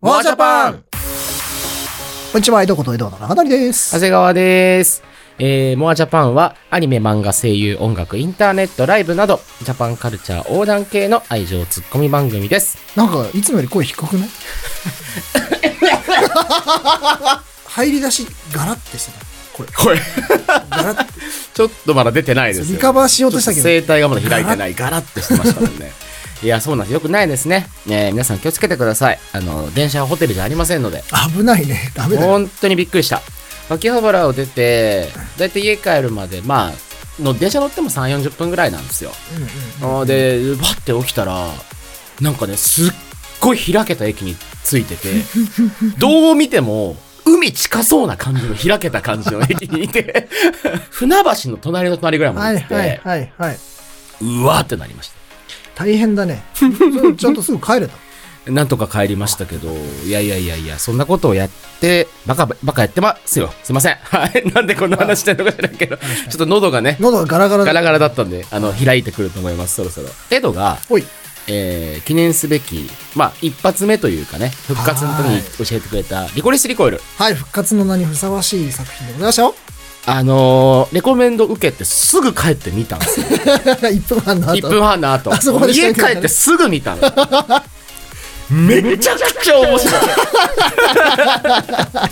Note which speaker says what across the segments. Speaker 1: ワージャパン
Speaker 2: こんにちは、江戸こと江戸の中谷です
Speaker 3: 長。谷川です。えー、モアジャパンはアニメ、漫画、声優、音楽、インターネット、ライブなど、ジャパンカルチャー横断系の愛情ツッコミ番組です。
Speaker 2: なんか、いつもより声低くない 入り出し、ガラってして
Speaker 3: これ、これ、
Speaker 2: た。ガラって。
Speaker 3: ちょっとまだ出てないですよ。
Speaker 2: リカバーしようとしたけど。
Speaker 3: 声帯がまだ開いてない。ガラッとしてましたもんね。 いや、そうなんです。よくないですね。ねえ皆さん気をつけてください。あの、電車はホテルじゃありませんので。
Speaker 2: 危ないね。ダメだよ。
Speaker 3: 本当にびっくりした。秋葉原を出て、だいたい家帰るまで、まあ、の電車乗っても3、40分ぐらいなんですよ。
Speaker 2: うんうんうん
Speaker 3: あーでバッて起きたらなんかねすっごい開けた駅に着い ててどう見ても海近そうな感じの開けた感じの駅に いて船橋の隣の隣ぐらいま
Speaker 2: はい
Speaker 3: で行って、
Speaker 2: はいはいはい。
Speaker 3: うわーってなりまし
Speaker 2: 大変だね。それ ちゃんとすぐ帰れた。
Speaker 3: たなんとか帰りましたけどいやいやいやいやそんなことをやってバカバカやってますよすいません はいなんでこんな話してるのか知らんけどちょっと喉がね
Speaker 2: 喉がガラガラ
Speaker 3: ガラガラだったんであの開いてくると思いますそろそろエドが
Speaker 2: おい。
Speaker 3: えー記念すべき、まあ、一発目というかね、復活の時
Speaker 2: は
Speaker 3: に
Speaker 2: い
Speaker 3: 教えてくれた、リコリス・リコイル。
Speaker 2: はい、復活の名にふさわしい作品でございましたよ。
Speaker 3: あのーレコメンド受けてすぐ帰って見たんですよ。
Speaker 2: 1分半の後。
Speaker 3: 1分半の 後
Speaker 2: あそこま。で
Speaker 3: 家帰ってすぐ見たの。めちゃくちゃ面 白い。マ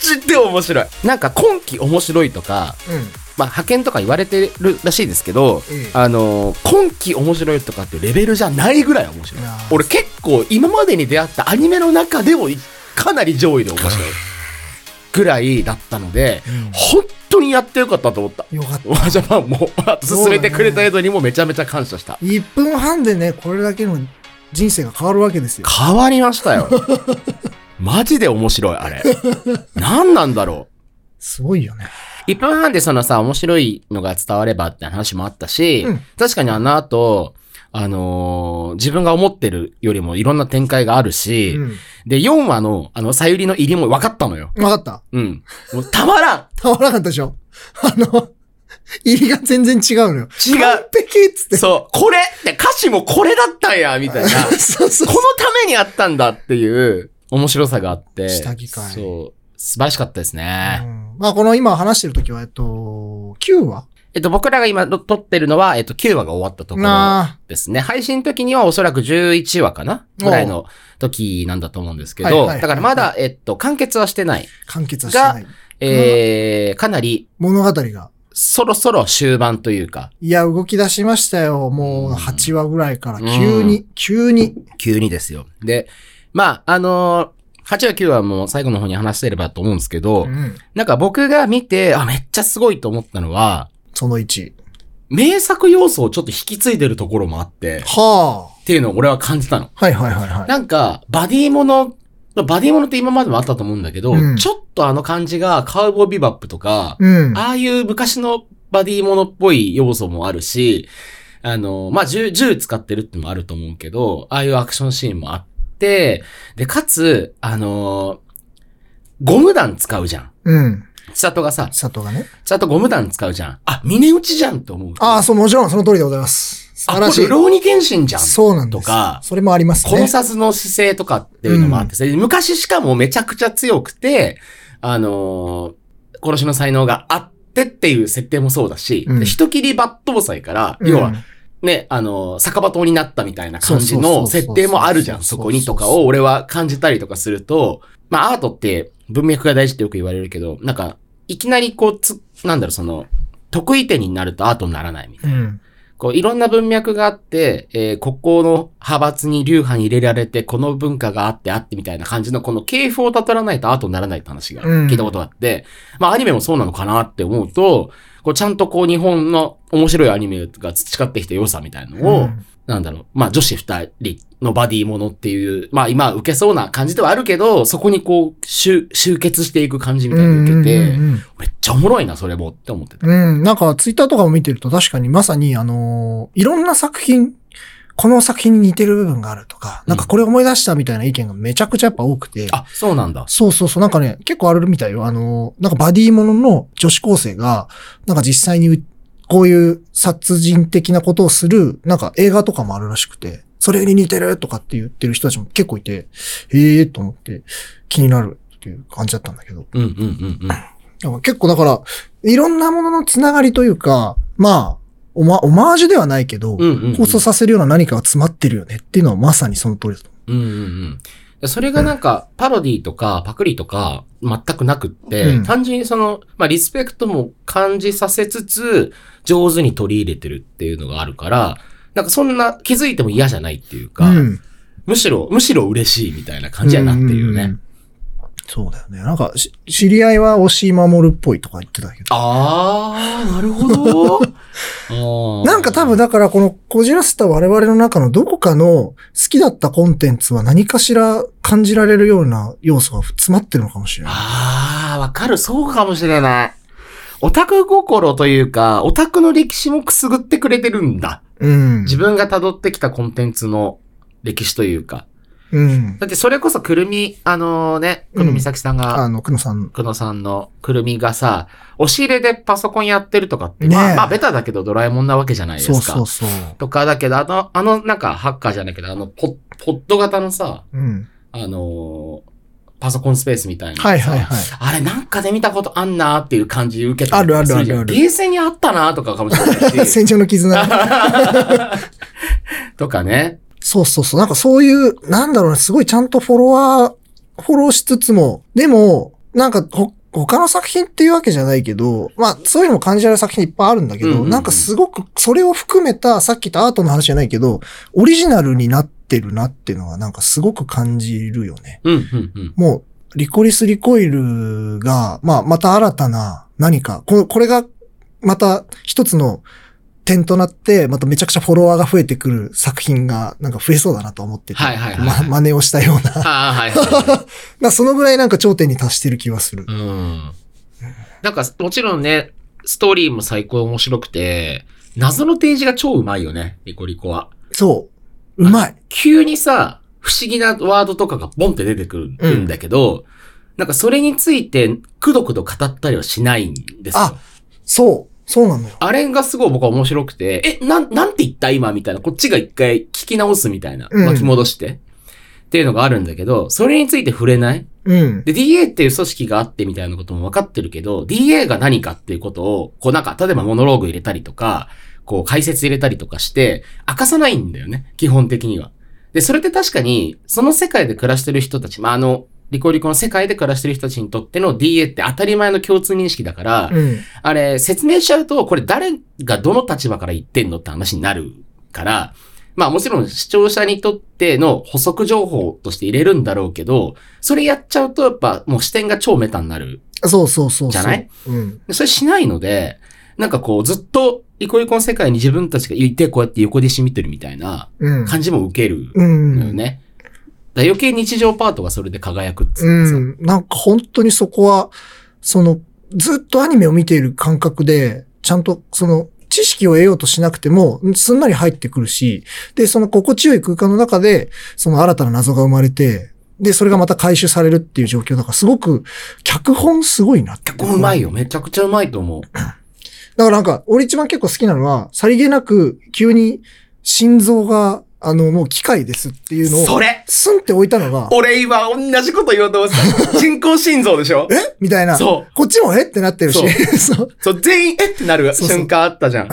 Speaker 3: ジで面白い。なんか今季面白いとか、
Speaker 2: うん。
Speaker 3: まあ、派遣とか言われてるらしいですけど、
Speaker 2: ええ
Speaker 3: あのー今期面白いとかっていうレベルじゃないぐらい面白い
Speaker 2: いやー
Speaker 3: 俺結構今までに出会ったアニメの中でもいかなり上位で面白いぐらいだったので、
Speaker 2: うん
Speaker 3: 本当にやってよかったと思った
Speaker 2: よかった。
Speaker 3: ワージャパンもあと進めてくれた人にもめちゃめちゃ感謝した、
Speaker 2: 1分半でね、これだけの人生が変わるわけですよ。
Speaker 3: 変わりました よマジで面白いあれ何なんだろう
Speaker 2: すごいよね。
Speaker 3: 1分半でそのさ、面白いのが伝わればって話もあったし、
Speaker 2: うん
Speaker 3: 確かにあの後、あのー自分が思ってるよりもいろんな展開があるし、
Speaker 2: うん。
Speaker 3: で、4話の、あの、さゆりの入りも分かったのよ。
Speaker 2: わかった。
Speaker 3: うん。もうたまらん
Speaker 2: たまらなかったでしょ あの、入りが全然違うのよ。
Speaker 3: 違う
Speaker 2: 完璧っつって。
Speaker 3: そう、これって歌詞もこれだったんやみ たいな。こ
Speaker 2: そうそう
Speaker 3: のためにあったんだっていう面白さがあって。
Speaker 2: 下着かい
Speaker 3: そう。素晴らしかったです
Speaker 2: う
Speaker 3: ね。
Speaker 2: んまあ、この今話してる時は、えっと、9話
Speaker 3: えっと、僕らが今ろ撮ってるのは、えっと、9話が終わったところ。
Speaker 2: なあ。
Speaker 3: ですね。配信の時にはおそらく11話かなぐらいの時なんだと思うんですけ
Speaker 2: はいはい
Speaker 3: ど、
Speaker 2: はい
Speaker 3: だからまだ、えっと、完結はしてない。
Speaker 2: 完結はしてない。
Speaker 3: えー、かなり、
Speaker 2: 物語が。
Speaker 3: そろそろ終盤というか、
Speaker 2: いや、動き出しましたよ。もう
Speaker 3: うん
Speaker 2: 8話ぐらいから。
Speaker 3: うん
Speaker 2: 急に、急に。
Speaker 3: 急にですよ。で、まあ、あのー、8話9話も最後の方に話してればと思うんですけど、
Speaker 2: うん
Speaker 3: なんか僕が見て、あ、めっちゃすごいと思ったのは、
Speaker 2: その1。
Speaker 3: 名作要素をちょっと引き継いでるところもあって、
Speaker 2: は
Speaker 3: っていうのを俺は感じたの。
Speaker 2: あ。はいはいはいはい。
Speaker 3: なんか、バディもの、バディものって今までもあったと思うんだけど、
Speaker 2: うん
Speaker 3: ちょっとあの感じがカウボーイビバップとか、
Speaker 2: うん。
Speaker 3: ああいう昔のバディものっぽい要素もあるし、あの、まあ、銃、銃使ってるってのもあると思うけど、ああいうアクションシーンもあって、で、かつ、あの、ゴム弾使うじゃん。
Speaker 2: うん。
Speaker 3: 千里がさ、
Speaker 2: 佐藤がね。
Speaker 3: 千里ゴム弾使うじゃん。あ、峰打ちじゃんって思う。
Speaker 2: ああ、そう、もちろんその通りでございます。素晴らし
Speaker 3: あ
Speaker 2: い
Speaker 3: これ。浪人剣心じゃん。
Speaker 2: そうなんです。
Speaker 3: とか
Speaker 2: それもありますね。
Speaker 3: この殺の姿勢とかっていうのもあって、で昔しかもめちゃくちゃ強くて、あのー殺しの才能があってっていう設定もそうだし、
Speaker 2: うん
Speaker 3: で人切り抜刀斎から、
Speaker 2: うん
Speaker 3: 要は、ね、あのー酒場党になったみたいな感じ
Speaker 2: そうそうそう
Speaker 3: の
Speaker 2: そう
Speaker 3: 設定もあるじゃん、
Speaker 2: そう
Speaker 3: そ
Speaker 2: そうそう
Speaker 3: こにとかを俺は感じたりとかすると、まあアートって文脈が大事ってよく言われるけど、なんか、いきなりこうつ、なんだろう、その、得意点になるとアートにならないみたいな。
Speaker 2: うん。
Speaker 3: こういろんな文脈があって、えー、ここの派閥に流派に入れられて、この文化があってあってみたいな感じの、この系譜をたたらないと後にならないって話が
Speaker 2: うん
Speaker 3: 聞いたことがあって、まあアニメもそうなのかなって思うと、こうちゃんとこう日本の面白いアニメが培ってきた良さみたいなのを、
Speaker 2: うん
Speaker 3: なんだろう、まあ女子二人のバディものっていう、まあ今受けそうな感じではあるけど、そこにこう集集結していく感じみたいに受けて、
Speaker 2: うんうんうんうん
Speaker 3: めっちゃおもろいな、それもって思ってた。
Speaker 2: うん、なんかツイッターとかも見てると確かにまさにあのーいろんな作品、この作品に似てる部分があるとか、
Speaker 3: うん
Speaker 2: なんかこれ思い出したみたいな意見がめちゃくちゃやっぱ多くて。
Speaker 3: あ、そうなんだ。
Speaker 2: そうそうそう、なんかね、結構あるみたいよ。あのーなんかバディものの女子高生が、なんか実際にうこういう殺人的なことをする、なんか映画とかもあるらしくて。それに似てるとかって言ってる人たちも結構いて、へえーと思って気になるっていう感じだったんだけど。
Speaker 3: うんうんうんうん。
Speaker 2: だから結構だから、いろんなもののつながりというか、まあ、オマオマージュではないけど、
Speaker 3: うんうんうん
Speaker 2: 放送させるような何かが詰まってるよねっていうのはまさにその通りだと思
Speaker 3: うんうんうん。それがなんか、パロディとか、パクリとか、全くなくって、
Speaker 2: うん
Speaker 3: 単純にその、まあ、リスペクトも感じさせつつ、上手に取り入れてるっていうのがあるから、なんかそんな気づいても嫌じゃないっていう
Speaker 2: う。
Speaker 3: か、
Speaker 2: うん。
Speaker 3: むしろ、むしろ嬉しいみたいな感じやなっていうん
Speaker 2: ん
Speaker 3: ね。
Speaker 2: ん。そうだよね。なんかし、知り合いは押し守るっぽいとか言ってたけど。
Speaker 3: あー、なる ほどあー。
Speaker 2: なんか多分だからこのこじらせた我々の中のどこかの好きだったコンテンツは何かしら感じられるような要素が詰まってるのかもしれない。
Speaker 3: あー、わかる。そうかもしれない。オタク心というか、オタクの歴史もくすぐってくれてるんだ。
Speaker 2: うん。
Speaker 3: 自分が辿ってきたコンテンツの歴史というか。
Speaker 2: うん。
Speaker 3: だってそれこそくるみ、あのね、
Speaker 2: う
Speaker 3: く
Speaker 2: ん
Speaker 3: るみさきさんが、
Speaker 2: あの、くのさん。
Speaker 3: くのさんのくるみがさ、押し入れでパソコンやってるとかって、
Speaker 2: ねえ
Speaker 3: まあ、まあ、ベタだけどドラえもんなわけじゃないです
Speaker 2: そ
Speaker 3: か。
Speaker 2: うそうそう。
Speaker 3: とか、だけど、あの、あの、なんか、ハッカーじゃないけど、あの、ポッ、ポッド型のさ、
Speaker 2: うん。
Speaker 3: あのーパソコンスペースみたいな。
Speaker 2: はいはいはい。
Speaker 3: あれなんかで見たことあんなーっていう感じ受けた。
Speaker 2: あるあるあるある
Speaker 3: 冷静にあったなーとかかもしれないし。
Speaker 2: 戦場の絆。
Speaker 3: とかね。
Speaker 2: そうそうそう。なんかそういう、なんだろうね、すごいちゃんとフォロワー、フォローしつつも、でも、なんかほ、他の作品っていうわけじゃないけど、まあ、そういうのも感じられる作品いっぱいあるんだけど、
Speaker 3: うんうんうん
Speaker 2: なんかすごく、それを含めた、さっき言ったアートの話じゃないけど、オリジナルになってるなっていうのは、なんかすごく感じるよね。
Speaker 3: うん、うん、うん。
Speaker 2: もう、リコリス・リコイルが、まあ、また新たな何か、ここれが、また一つの点となって、まためちゃくちゃフォロワーが増えてくる作品が、なんか増えそうだなと思ってて、
Speaker 3: はいはいはい
Speaker 2: ま真似をしたような。だ か
Speaker 3: ああ、はいはいはい。
Speaker 2: らそのぐらいなんか頂点に達してる気はする
Speaker 3: う。ん。なんか、もちろんね、ストーリーも最高面白くて、謎の提示が超うまいよね、リコリコは。
Speaker 2: そう。うまい。
Speaker 3: 急にさ、不思議なワードとかがボンって出てくるんだけど、なんかそれについて、くどくど語ったりはしないんですよ。
Speaker 2: あそう。そうなのよ。
Speaker 3: あれがすごい僕は面白くて、え、なん、なんて言った今みたいな、こっちが一回聞き直すみたいな、
Speaker 2: うん
Speaker 3: 巻き戻して。っていうのがあるんだけど、それについて触れない
Speaker 2: うん。
Speaker 3: で、DA っていう組織があってみたいなことも分かってるけど、DA が何かっていうことを、こうなんか、例えばモノローグ入れたりとか、こう解説入れたりとかして、明かさないんだよね、基本的には。で、それって確かに、その世界で暮らしてる人たち、まあ、あの、リコリコの世界で暮らしてる人たちにとっての DA って当たり前の共通認識だから、
Speaker 2: うん。
Speaker 3: あれ、説明しちゃうと、これ誰がどの立場から言ってんのって話になるから、まあもちろん視聴者にとっての補足情報として入れるんだろうけど、それやっちゃうとやっぱもう視点が超メタになる。
Speaker 2: そうそうそうそう。
Speaker 3: じゃない
Speaker 2: うん。
Speaker 3: でそれしないので、なんかこうずっとイコイコの世界に自分たちがいてこうやって横でしみてるみたいな
Speaker 2: うん。
Speaker 3: 感じも受ける
Speaker 2: うん。
Speaker 3: のよね。だから余計日常パートがそれで輝くっつうかさ
Speaker 2: うん。なんか本当にそこは、その、ずっとアニメを見ている感覚で、ちゃんとその、知識を得ようとしなくても、すんなり入ってくるし、で、その心地よい空間の中で、その新たな謎が生まれて、で、それがまた回収されるっていう状況だから、すごく、脚本すごいなって。
Speaker 3: 脚本うまいよ。めちゃくちゃうまいと思う。
Speaker 2: だからなんか、俺一番結構好きなのは、さりげなく、急に、心臓が、あの、もう機械ですっていうの
Speaker 3: そ
Speaker 2: を、
Speaker 3: れ
Speaker 2: スンって置いたのが、
Speaker 3: 俺今同じこと言おうと思って た。人工心臓でしょ
Speaker 2: えみたいな。
Speaker 3: そう。
Speaker 2: こっちもえってなってるし。 そう。
Speaker 3: そう、全員、えってなる
Speaker 2: そうそう
Speaker 3: 瞬間あったじゃん。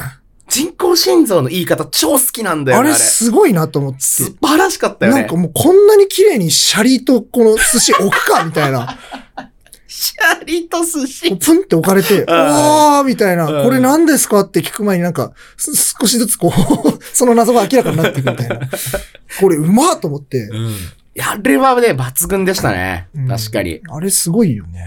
Speaker 3: 人工心臓の言い方超好きなんだよ
Speaker 2: あ
Speaker 3: ね、あ
Speaker 2: れ
Speaker 3: れ。
Speaker 2: すごいなと思って。
Speaker 3: 素晴らしかったよ
Speaker 2: な
Speaker 3: ね。
Speaker 2: んかもうこんなに綺麗にシャリとこの寿司置くかみたい な。
Speaker 3: シャリと寿
Speaker 2: こう
Speaker 3: 司。
Speaker 2: プンって置かれ て、
Speaker 3: あ
Speaker 2: おーみたいな。
Speaker 3: うん
Speaker 2: これ何ですかって聞く前になんか、す少しずつこう、 その謎が明らかになっていくみたいな。これうまーと思って。
Speaker 3: うん。あれはね、抜群でしたね。
Speaker 2: うん
Speaker 3: 確かに。
Speaker 2: あれすごいよね。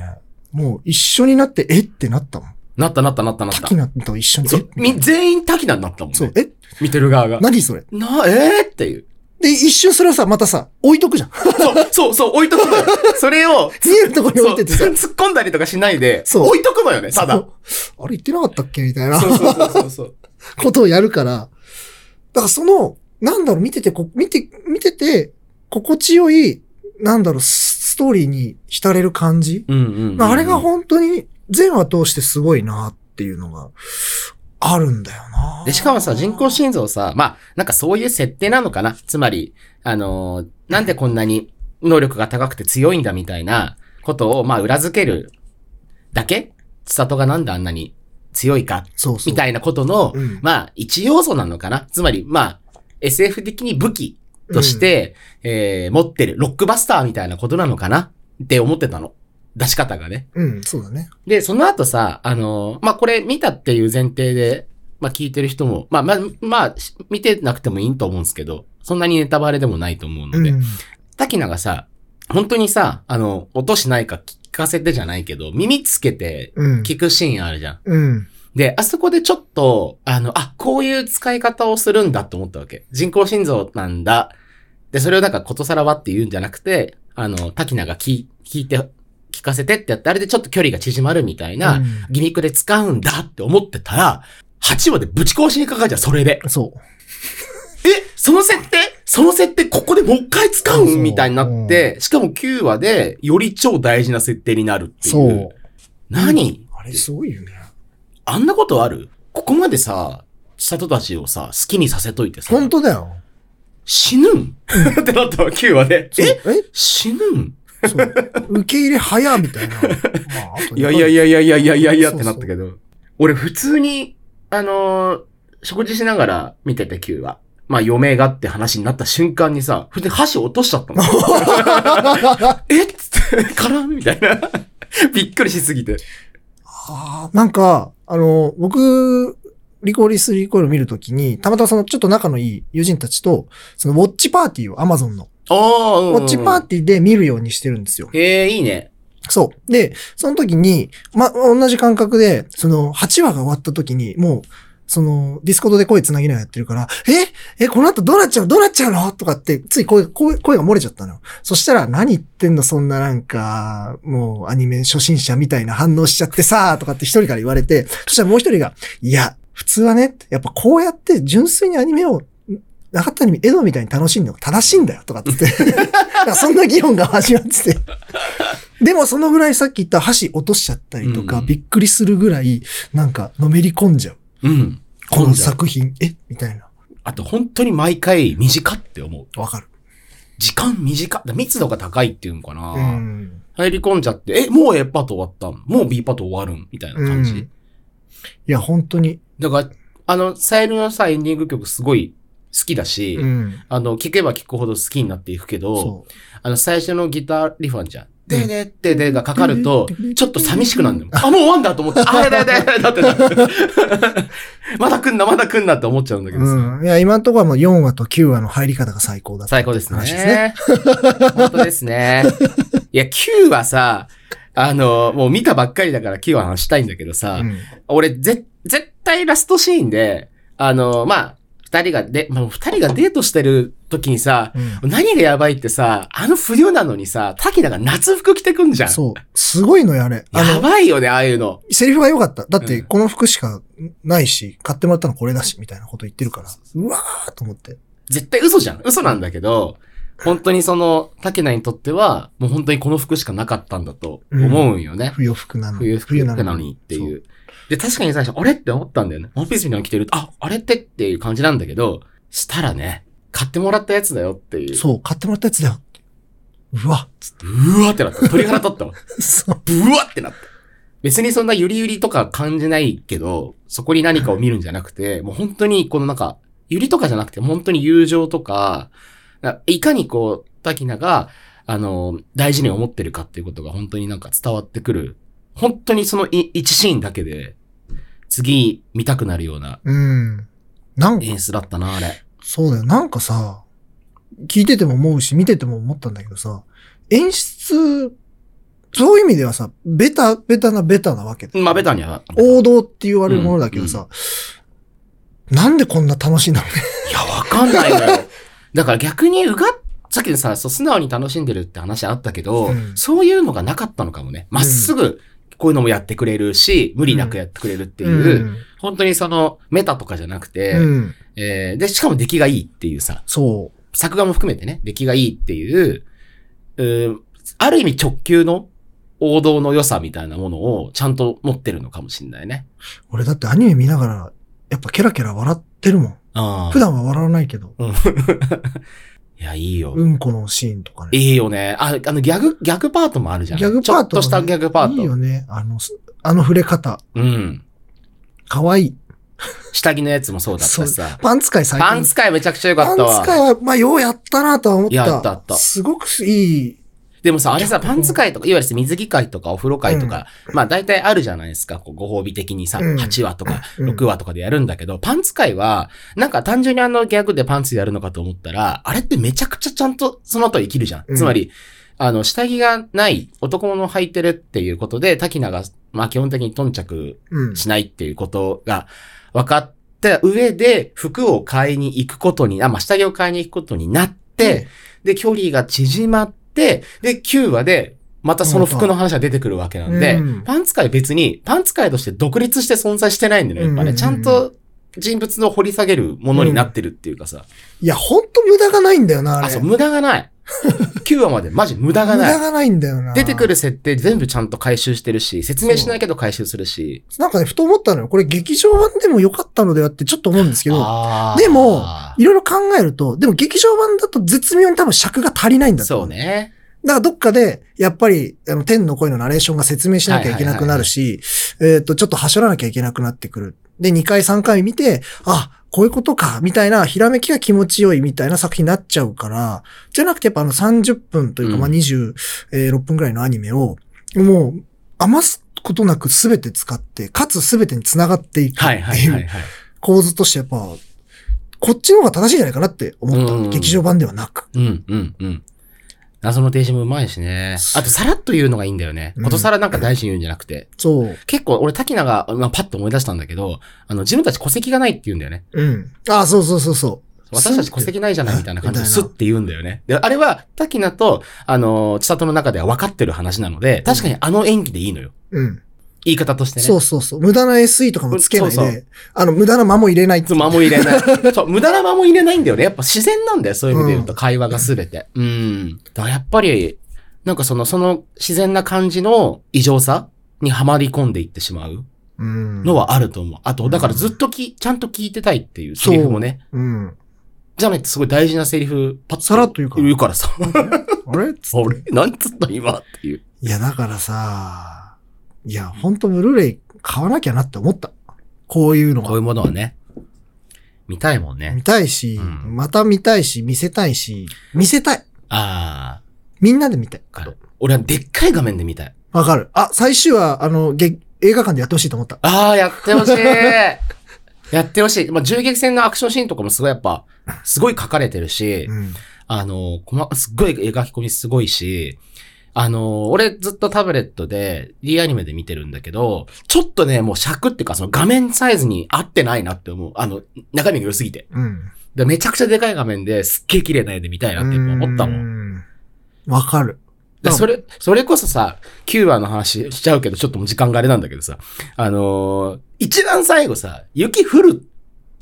Speaker 2: もう一緒になって、えってなったもん。
Speaker 3: なったなったなったなっ
Speaker 2: タ
Speaker 3: た
Speaker 2: キ。ナと一緒に。
Speaker 3: そう、
Speaker 2: えみたい
Speaker 3: み全員滝なんだったもん
Speaker 2: なそう
Speaker 3: ね。。
Speaker 2: え
Speaker 3: 見てる側が。
Speaker 2: 何それ
Speaker 3: な、えー、っていう。
Speaker 2: で、一瞬それをさ、またさ、置いとくじゃん。
Speaker 3: そう、そう、そう、置いとくのよ。それを、
Speaker 2: 見えるとこ に置
Speaker 3: そ、
Speaker 2: いうててさ。
Speaker 3: 突っ込んだりとかしないで、
Speaker 2: そう
Speaker 3: 置いとくのよね、ただ。
Speaker 2: そう。あれ言ってなかったっけみたいな。
Speaker 3: そうそうそうそうそう。
Speaker 2: ことをやるから、だからその、なんだろう、見てて、こ見て、見てて、心地よい、なんだろう、スストーリーに浸れる感じ、
Speaker 3: うんうんうんうん
Speaker 2: あれが本当に全話通してすごいなっていうのがあるんだよな。
Speaker 3: で、しかもさ、人工心臓さ、まあ、なんかそういう設定なのかなつまり、あのーなんでこんなに能力が高くて強いんだみたいなことを、まあ、裏付けるだけ千里がなんであんなに強いか、
Speaker 2: そうそう。
Speaker 3: みたいなことの、
Speaker 2: うん
Speaker 3: まあ、一要素なのかなつまり、まあ、SF 的に武器として、えー持ってる、ロックバスターみたいなことなのかなって思ってたの。出し方がね。
Speaker 2: うん、そうだね。
Speaker 3: で、その後さ、あのーまあ、これ見たっていう前提で、まあ、聞いてる人も、まあ、まあ、まあ、し見てなくてもいいと思うんですけど、そんなにネタバレでもないと思うので、
Speaker 2: うん。
Speaker 3: 滝名がさ、本当にさ、あの、音しないか聞かせてじゃないけど、耳つけて
Speaker 2: うん。
Speaker 3: 聞くシーンあるじゃん。
Speaker 2: うん。
Speaker 3: で、あそこでちょっと、あの、あ、こういう使い方をするんだと思ったわけ。人工心臓なんだ。で、それをなんかことさらばって言うんじゃなくて、あの、滝名が聞聞いて、聞かせてってやって、あれでちょっと距離が縮まるみたいな、
Speaker 2: うん
Speaker 3: ギミックで使うんだって思ってたら、8話でぶち壊しにかかるじゃん、それで。
Speaker 2: そう。
Speaker 3: えその設定その設定ここでもう一回使
Speaker 2: そううん
Speaker 3: みたいになって、しかも9話でより超大事な設定になるっていう。
Speaker 2: そう。
Speaker 3: 何
Speaker 2: あれすごいよね。
Speaker 3: あんなことあるここまでさ、千里たちをさ、好きにさせといてさ、
Speaker 2: 本当だよ。
Speaker 3: 死ぬん ってなったわ、9話で。
Speaker 2: そう
Speaker 3: え死ぬん
Speaker 2: えそう。受け入れ早み たいな。まああと
Speaker 3: いやいやい やいやいやいやいやいやってなったけ
Speaker 2: そ
Speaker 3: ど。俺普通に、あのー食事しながら見てて9話。まあ余命がって話になった瞬間にさ、普通に箸落としちゃったの。えっつって、からみたいな。びっくりしすぎて。
Speaker 2: あーなんか、あの、僕、リコーリスリコール見るときに、たまたまそのちょっと仲のいい友人たちと、そのウォッチパーティーを、アマゾンの、
Speaker 3: ああ、うん
Speaker 2: ウォッチパーティーで見るようにしてるんですよ。
Speaker 3: ええいいね。
Speaker 2: そう。で、その時に、ま、同じ感覚で、その、8話が終わった時に、もう、その、ディスコードで声つなぎながらやってるから、ええ、この後どうなっちゃうどうなっちゃうのとかって、つい声、声声が漏れちゃったのよ。そしたら、何言ってんのそんななんか、もうアニメ初心者みたいな反応しちゃってさとかって一人から言われて、そしたらもう一人が、いや、普通はね、やっぱこうやって純粋にアニメを、なかったにエドみたいに楽しんでも正しいんだよとかって言 って、なんかそんな議論が始まってて。でもそのぐらいさっき言った箸落としちゃったりとか、
Speaker 3: うん
Speaker 2: びっくりするぐらい、なんかのめり込んじゃう。
Speaker 3: うん。
Speaker 2: この作品、えみたいな。
Speaker 3: あと本当に毎回短って思う。
Speaker 2: わかる。
Speaker 3: 時間短っ。密度が高いっていうのかな。
Speaker 2: うん。
Speaker 3: 入り込んじゃって、え、もう A パート終わったんもう B パート終わるんみたいな感じ。
Speaker 2: うんいや、本当に。
Speaker 3: だから、あの、サイルのさ、エンディング曲すごい好きだし、
Speaker 2: うん。
Speaker 3: あの、聴けば聴くほど好きになっていくけど、
Speaker 2: そう。
Speaker 3: あの、最初のギターリファンじゃん。でねってでがかかると、ちょっと寂しくなるんだよ。あ、もう終わんだ と思って、あれだだだだってなる まだ来んな、まだ来んなって思っちゃうんだけどさ。
Speaker 2: うん。いや、今のところはもう4話と9話の入り方が最高だった
Speaker 3: 最高ですね。
Speaker 2: 話ですね。
Speaker 3: 本当ですね。いや、9はさ、あの、もう見たばっかりだから9は話したいんだけどさ、
Speaker 2: うん
Speaker 3: 俺、ぜ、絶対ラストシーンで、あの、まあ、二人がで、まあ、二人がデートしてる時にさ、
Speaker 2: うん
Speaker 3: 何がやばいってさ、あの冬なのにさ、滝名が夏服着てくんじゃん。
Speaker 2: そう。すごいのよ、あれ。あ
Speaker 3: や
Speaker 2: の、
Speaker 3: ばいよね、ああいうの。
Speaker 2: セリフが良かった。だって、
Speaker 3: うん
Speaker 2: この服しかないし、買ってもらったのこれだし、みたいなこと言ってるから。うわーと思って。
Speaker 3: 絶対嘘じゃん。嘘なんだけど、本当にその、竹名にとっては、もう本当にこの服しかなかったんだと思うんよね。
Speaker 2: 冬服なのに。
Speaker 3: 冬服なのにっていう。で、確かに最初、あれって思ったんだよね。ワンピースみたいなの着てると、あ、あれってっていう感じなんだけど、したらね、買ってもらったやつだよってい
Speaker 2: そ
Speaker 3: う。
Speaker 2: う。そう、買ってもらったやつだよ。うわ。
Speaker 3: うわってなった。鳥肌立ったわ。
Speaker 2: そう。
Speaker 3: ぶわってなった。別にそんなゆりゆりとか感じないけど、そこに何かを見るんじゃなくて、もう本当にこのなんか、ゆりとかじゃなくて、本当に友情とか、ないかにこう、滝名が、あの、大事に思ってるかっていうことが本当になんか伝わってくる。本当にそのい一シーンだけで、次見たくなるような
Speaker 2: うん。なんか、
Speaker 3: 演出だったな、あれ。
Speaker 2: そうだよ。なんかさ、聞いてても思うし、見てても思ったんだけどさ、演出、そういう意味ではさ、ベタ、ベタなベタなわけだよ
Speaker 3: まあ、ベタには。
Speaker 2: 王道って言われるものだけどさ、なんでこんな楽しいんだろうね。
Speaker 3: いや、わかんないのよ。だから逆にうがっ、さっきのさ、そう素直に楽しんでるって話あったけど、
Speaker 2: うん
Speaker 3: そういうのがなかったのかもね。まっすぐ、こういうのもやってくれるし、無理なくやってくれるっていう、本当にその、メタとかじゃなくて、
Speaker 2: うん。うん。
Speaker 3: えーで、しかも出来がいいっていうさ、
Speaker 2: そ
Speaker 3: 作画も含めてね、出来がいいっていう、うーある意味直球の王道の良さみたいなものをちゃんと持ってるのかもしれないね。
Speaker 2: う。俺だってアニメ見ながらやっぱケラケラ笑ってるもん。
Speaker 3: ああ。
Speaker 2: 普段は笑わないけど、
Speaker 3: うん いや、いいよ。
Speaker 2: うんこのシーンとかね。
Speaker 3: いいよね。あ、あの、ギャグ、ギャグパートもあるじゃん。
Speaker 2: ギャグパートもね
Speaker 3: ちょっとしたギャグパー
Speaker 2: い
Speaker 3: ト。
Speaker 2: いよね。あの、すあの触れ方。
Speaker 3: うん。
Speaker 2: かわいい。
Speaker 3: 下着のやつもそうだったしさ。
Speaker 2: パン使い最高。
Speaker 3: パン使いめちゃくちゃ良かったわ。
Speaker 2: パン使いは、まあ、ようやったなとは思った。
Speaker 3: やったやった
Speaker 2: すごくいい。
Speaker 3: でもさ、あれさ、パンツ会とか、いわゆる水着会とかお風呂会とか、まあ大体あるじゃないですか。こうご褒美的にさ、
Speaker 2: うん
Speaker 3: 8話とか
Speaker 2: うん
Speaker 3: 6話とかでやるんだけど、パンツ会は、なんか単純にあのギャグでパンツやるのかと思ったら、あれってめちゃくちゃちゃんとその後生きるじゃん。
Speaker 2: うん
Speaker 3: つまり、あの、下着がない男物を履いてるっていうことで、滝名が、まあ基本的に頓着
Speaker 2: うん。
Speaker 3: しないっていうことが分かった上で、服を買いに行くことに、あ、まあ下着を買いに行くことになって、で、距離が縮まって、で、9話で、またその服の話が出てくるわけなんで、
Speaker 2: うん
Speaker 3: パンツ界別に、パンツ界として独立して存在してないんだよね、やっぱ
Speaker 2: うんうんう
Speaker 3: ね。
Speaker 2: ん
Speaker 3: ちゃんと人物の掘り下げるものになってるっていうかさ。
Speaker 2: いや、ほんと無駄がないんだよな、あれ。
Speaker 3: あ、そう、無駄が ない。9話までマジ無駄が
Speaker 2: 無
Speaker 3: ない。
Speaker 2: んだよな。
Speaker 3: 出てくる設定全部ちゃんと回収してるし、説明しないけど回収するし。
Speaker 2: なんかね、ふと思ったのよ。これ劇場版でも良かったのではってちょっと思うんですけど、
Speaker 3: あー
Speaker 2: でもいろいろ考えると、でも劇場版だと絶妙に多分尺が足りないんだと
Speaker 3: そ
Speaker 2: 思
Speaker 3: う。ね。
Speaker 2: だからどっかで、やっぱり、あの、天の声のナレーションが説明しなきゃいけなくなるし、えっと、ちょっとはしょらなきゃいけなくなってくる。で、2回3回見て、あ、こういうことか、みたいな、ひらめきが気持ちよいみたいな作品になっちゃうから、じゃなくてやっぱあの30分というか、
Speaker 3: うん
Speaker 2: まあ26分くらいのアニメを、もう、余すことなく全て使って、かつ全てに繋がっていくって
Speaker 3: はいはいはいいうはい。
Speaker 2: 構図としてやっぱ、こっちの方が正しいんじゃないかなって思った。
Speaker 3: うん
Speaker 2: 劇場版ではなく。
Speaker 3: うん、うん、うん。謎の提示もうまいしね。あと、さらっと言うのがいいんだよね
Speaker 2: う。ん
Speaker 3: ことさらなんか大事に言うんじゃなくて。
Speaker 2: そう。
Speaker 3: 結構、俺、滝名が、まあ、パッと思い出したんだけど、あの、自分たち戸籍がないって言うんだよね。
Speaker 2: うん。あ、そうそうそうそう。
Speaker 3: 私たち戸籍ないじゃないみたいな感じで、
Speaker 2: ス
Speaker 3: ス
Speaker 2: ッ
Speaker 3: ッって言うんだよね。で、あれは、滝名と、あの、千里の中では分かってる話なので、確かにあの演技でいいのよ。
Speaker 2: うん。
Speaker 3: 言い方としてね。
Speaker 2: そうそうそう。無駄な SE とかもつけないで、
Speaker 3: そうそ
Speaker 2: あの、無駄な間も入れないっていう
Speaker 3: 間も入れない。 そう、無駄な間も入れないんだよね。やっぱ自然なんだよ。そういう意味で言うと、会話がすべて。うん。だからやっぱり、なんかその、その自然な感じの異常さにはまり込んでいってしまう
Speaker 2: うん。
Speaker 3: のはあると思う。あと、だからずっとき、ちゃんと聞いてたいっていうセリフもね。
Speaker 2: うん。
Speaker 3: じゃないとすごい大事なセリフ、パッ
Speaker 2: さらっと言うから
Speaker 3: 言うからさ。
Speaker 2: あれつって
Speaker 3: 俺、なんつった今っていう。
Speaker 2: いや、だからさ、いや、ほんとブルーレイ買わなきゃなって思った。こういうの
Speaker 3: こうい
Speaker 2: は。
Speaker 3: うものはね、見たいもんね
Speaker 2: 見。たいし、
Speaker 3: うん
Speaker 2: また見たいし、見せたいし、見せたい。
Speaker 3: あ
Speaker 2: みんなで見たい。
Speaker 3: あ、俺はでっかい画面で見たい。
Speaker 2: わかる。あ、最終話、あの、げ映画館でやってほしいと思った。
Speaker 3: ああ、やってほしい。 やってほしい。まあ、銃撃戦のアクションシーンとかもすごいやっぱ、すごい書かれてるし
Speaker 2: う、ん。
Speaker 3: あの、こま、すっごい描き込みすごいし、あの、俺ずっとタブレットで、D アニメで見てるんだけど、ちょっとね、もう尺っていうか、その画面サイズに合ってないなって思う。あの、中身が良すぎて。
Speaker 2: うん。
Speaker 3: でめちゃくちゃでかい画面ですっげえ綺麗な絵で見たいなってやっぱ思ったもん。
Speaker 2: ん。わかる。
Speaker 3: で
Speaker 2: うん
Speaker 3: それ、それこそさ、9話の話しちゃうけど、ちょっともう時間があれなんだけどさ、あのー一番最後さ、雪降る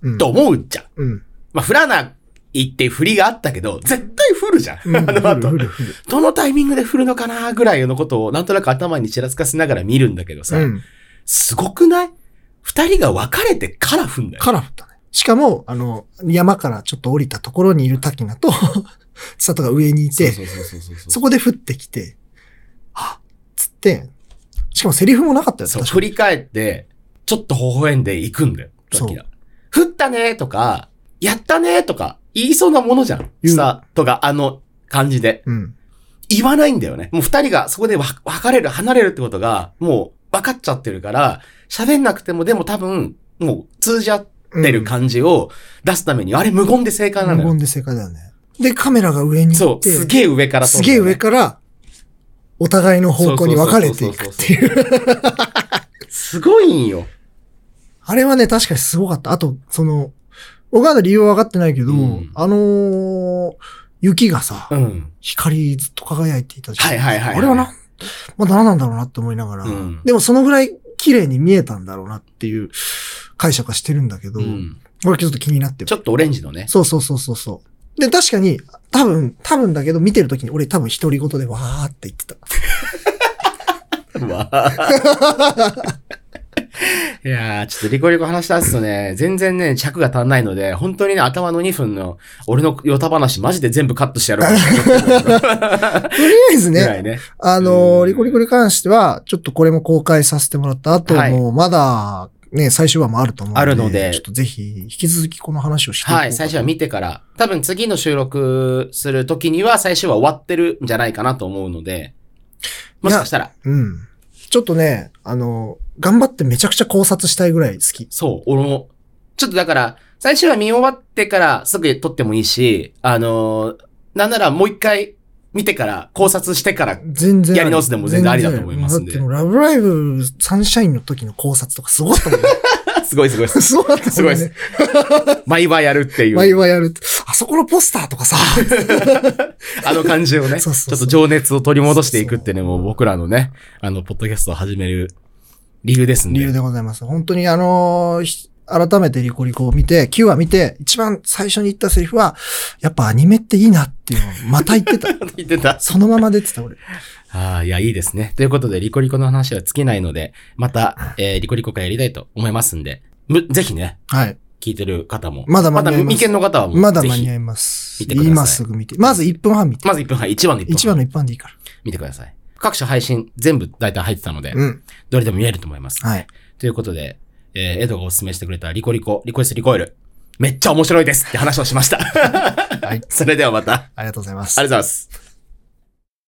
Speaker 2: うん
Speaker 3: と思うじゃん。
Speaker 2: うん。
Speaker 3: まあ、降らないって振りがあったけど、絶対降るじゃん。
Speaker 2: うん
Speaker 3: あの後
Speaker 2: ふ。るふるふ
Speaker 3: どのタイミングで降るのかなぐらいのことを、なんとなく頭にちらつかせながら見るんだけどさ、
Speaker 2: るうん。
Speaker 3: すごくない二人が別れてから降んだよ。
Speaker 2: カラフルだね。しかも、あの、山からちょっと降りたところにいる滝名と、 千里が上にいて、そ
Speaker 3: そうそうそうそうそう。
Speaker 2: こで降ってきて、はっつって、しかもセリフもなかったよ、
Speaker 3: そう、
Speaker 2: 確か
Speaker 3: 振り返って、ちょっと微笑んでいくんだよ、
Speaker 2: そう
Speaker 3: 時が。振ったねとか、やったねとか、言いそうなものじゃん。
Speaker 2: 言う
Speaker 3: さ、とか、あの感じで。
Speaker 2: うん。
Speaker 3: 言わないんだよね。もう二人がそこでわ別れる、離れるってことが、もう分かっちゃってるから、喋んなくてもでも多分、もう通じ合ってる感じを出すために、あれ無言で正解な
Speaker 2: 無
Speaker 3: のよ
Speaker 2: 言。で正解だよね。で、カメラが上に行
Speaker 3: そ
Speaker 2: っ
Speaker 3: う、
Speaker 2: て、
Speaker 3: すげえ上から
Speaker 2: す
Speaker 3: 撮るん
Speaker 2: げ
Speaker 3: だ
Speaker 2: え
Speaker 3: よね
Speaker 2: 上から、お互いの方向に分かれていくっていう。
Speaker 3: すごいんよ。
Speaker 2: あれはね、確かにすごかった。あと、その、僕はまだ理由は分かってないけど、
Speaker 3: うん
Speaker 2: あのー雪がさ、
Speaker 3: うん。
Speaker 2: 光ずっと輝いていたじゃん。
Speaker 3: はいはいはいはい
Speaker 2: あれはな、まあ、何なんだろうなって思いながら、
Speaker 3: うん
Speaker 2: でもそのぐらい綺麗に見えたんだろうなっていう解釈はしてるんだけど、
Speaker 3: うん。
Speaker 2: 俺ちょっと気になってる
Speaker 3: ちょっとオレンジのね。
Speaker 2: そうそうそうそうそう。で、確かに、多分、多分だけど見てるときに俺多分独り言でわーって言ってた。
Speaker 3: わあ いいやー、ちょっとリコリコ話し出すとね、全然ね、尺が足んないので、本当にね、頭の2分の、俺のヨタ話、マジで全部カットしてやろうかな
Speaker 2: とりあえず
Speaker 3: ぐら
Speaker 2: ね、
Speaker 3: いね。
Speaker 2: あの
Speaker 3: う
Speaker 2: ー、
Speaker 3: ん
Speaker 2: リコリコに関しては、ちょっとこれも公開させてもらった後
Speaker 3: はい
Speaker 2: も、まだ、ね、最終話もあると思うので、
Speaker 3: あるので
Speaker 2: ちょっとぜひ、引き続きこの話をしていこうか
Speaker 3: はい、最初は見てから。多分次の収録する時には、最初は終わってるんじゃないかなと思うので、もしかしたら、
Speaker 2: うん。ちょっとね、あの、頑張ってめちゃくちゃ考察したいぐらい好き。
Speaker 3: そう、俺も。ちょっとだから、最初は見終わってからすぐ撮ってもいいし、あのーなんならもう一回見てから、考察してから、
Speaker 2: 全然あり。
Speaker 3: やり直すでも全然ありだと思いますんで
Speaker 2: 全然ありだってもうラブライブサンシャインの時の考察とかすごかったもんね。
Speaker 3: すごいすごいすごい。
Speaker 2: すごかったもんね。
Speaker 3: すごいです。毎晩やるっていう。
Speaker 2: ワイワイやると。あそこのポスターとか さ。
Speaker 3: あの感じをね、ち
Speaker 2: そう
Speaker 3: ょっ
Speaker 2: そうそう
Speaker 3: と情熱を取り戻していくっていうのも僕らのね、あの、ポッドキャストを始める理由ですん
Speaker 2: 理由
Speaker 3: で。
Speaker 2: でございます。本当にあのーひ改めてリコリコを見て、9話見て、一番最初に言ったセリフは、やっぱアニメっていいなっていうのをまた言 ってた。
Speaker 3: 言ってた。
Speaker 2: そのまま出てた俺。
Speaker 3: ああ、いや、いいですね。ということで、リコリコの話は尽きないので、また、えーリコリコ会やりたいと思いますんで、む、ぜひね、
Speaker 2: はい。
Speaker 3: 聞いてる方も。
Speaker 2: まだ間に合います
Speaker 3: 未見の方はもう
Speaker 2: まだ
Speaker 3: ぜ
Speaker 2: 間
Speaker 3: ひ
Speaker 2: に合います。
Speaker 3: 見てください
Speaker 2: 今すぐ見て。まず1分半見て。
Speaker 3: まず1分半、1番の1分
Speaker 2: 1話の1分半でいいから。
Speaker 3: 見てください。各種配信全部大体入ってたので、
Speaker 2: うん。
Speaker 3: どれでも見えると思います。
Speaker 2: はい。
Speaker 3: ということで、えー、エドがおすすめしてくれたリコリコ、リコリスリコイル、 めっちゃ面白いですって話をしました。はい。それではまた、あ
Speaker 2: あ
Speaker 3: りがと
Speaker 2: りがとうございます
Speaker 3: うご。ざいます。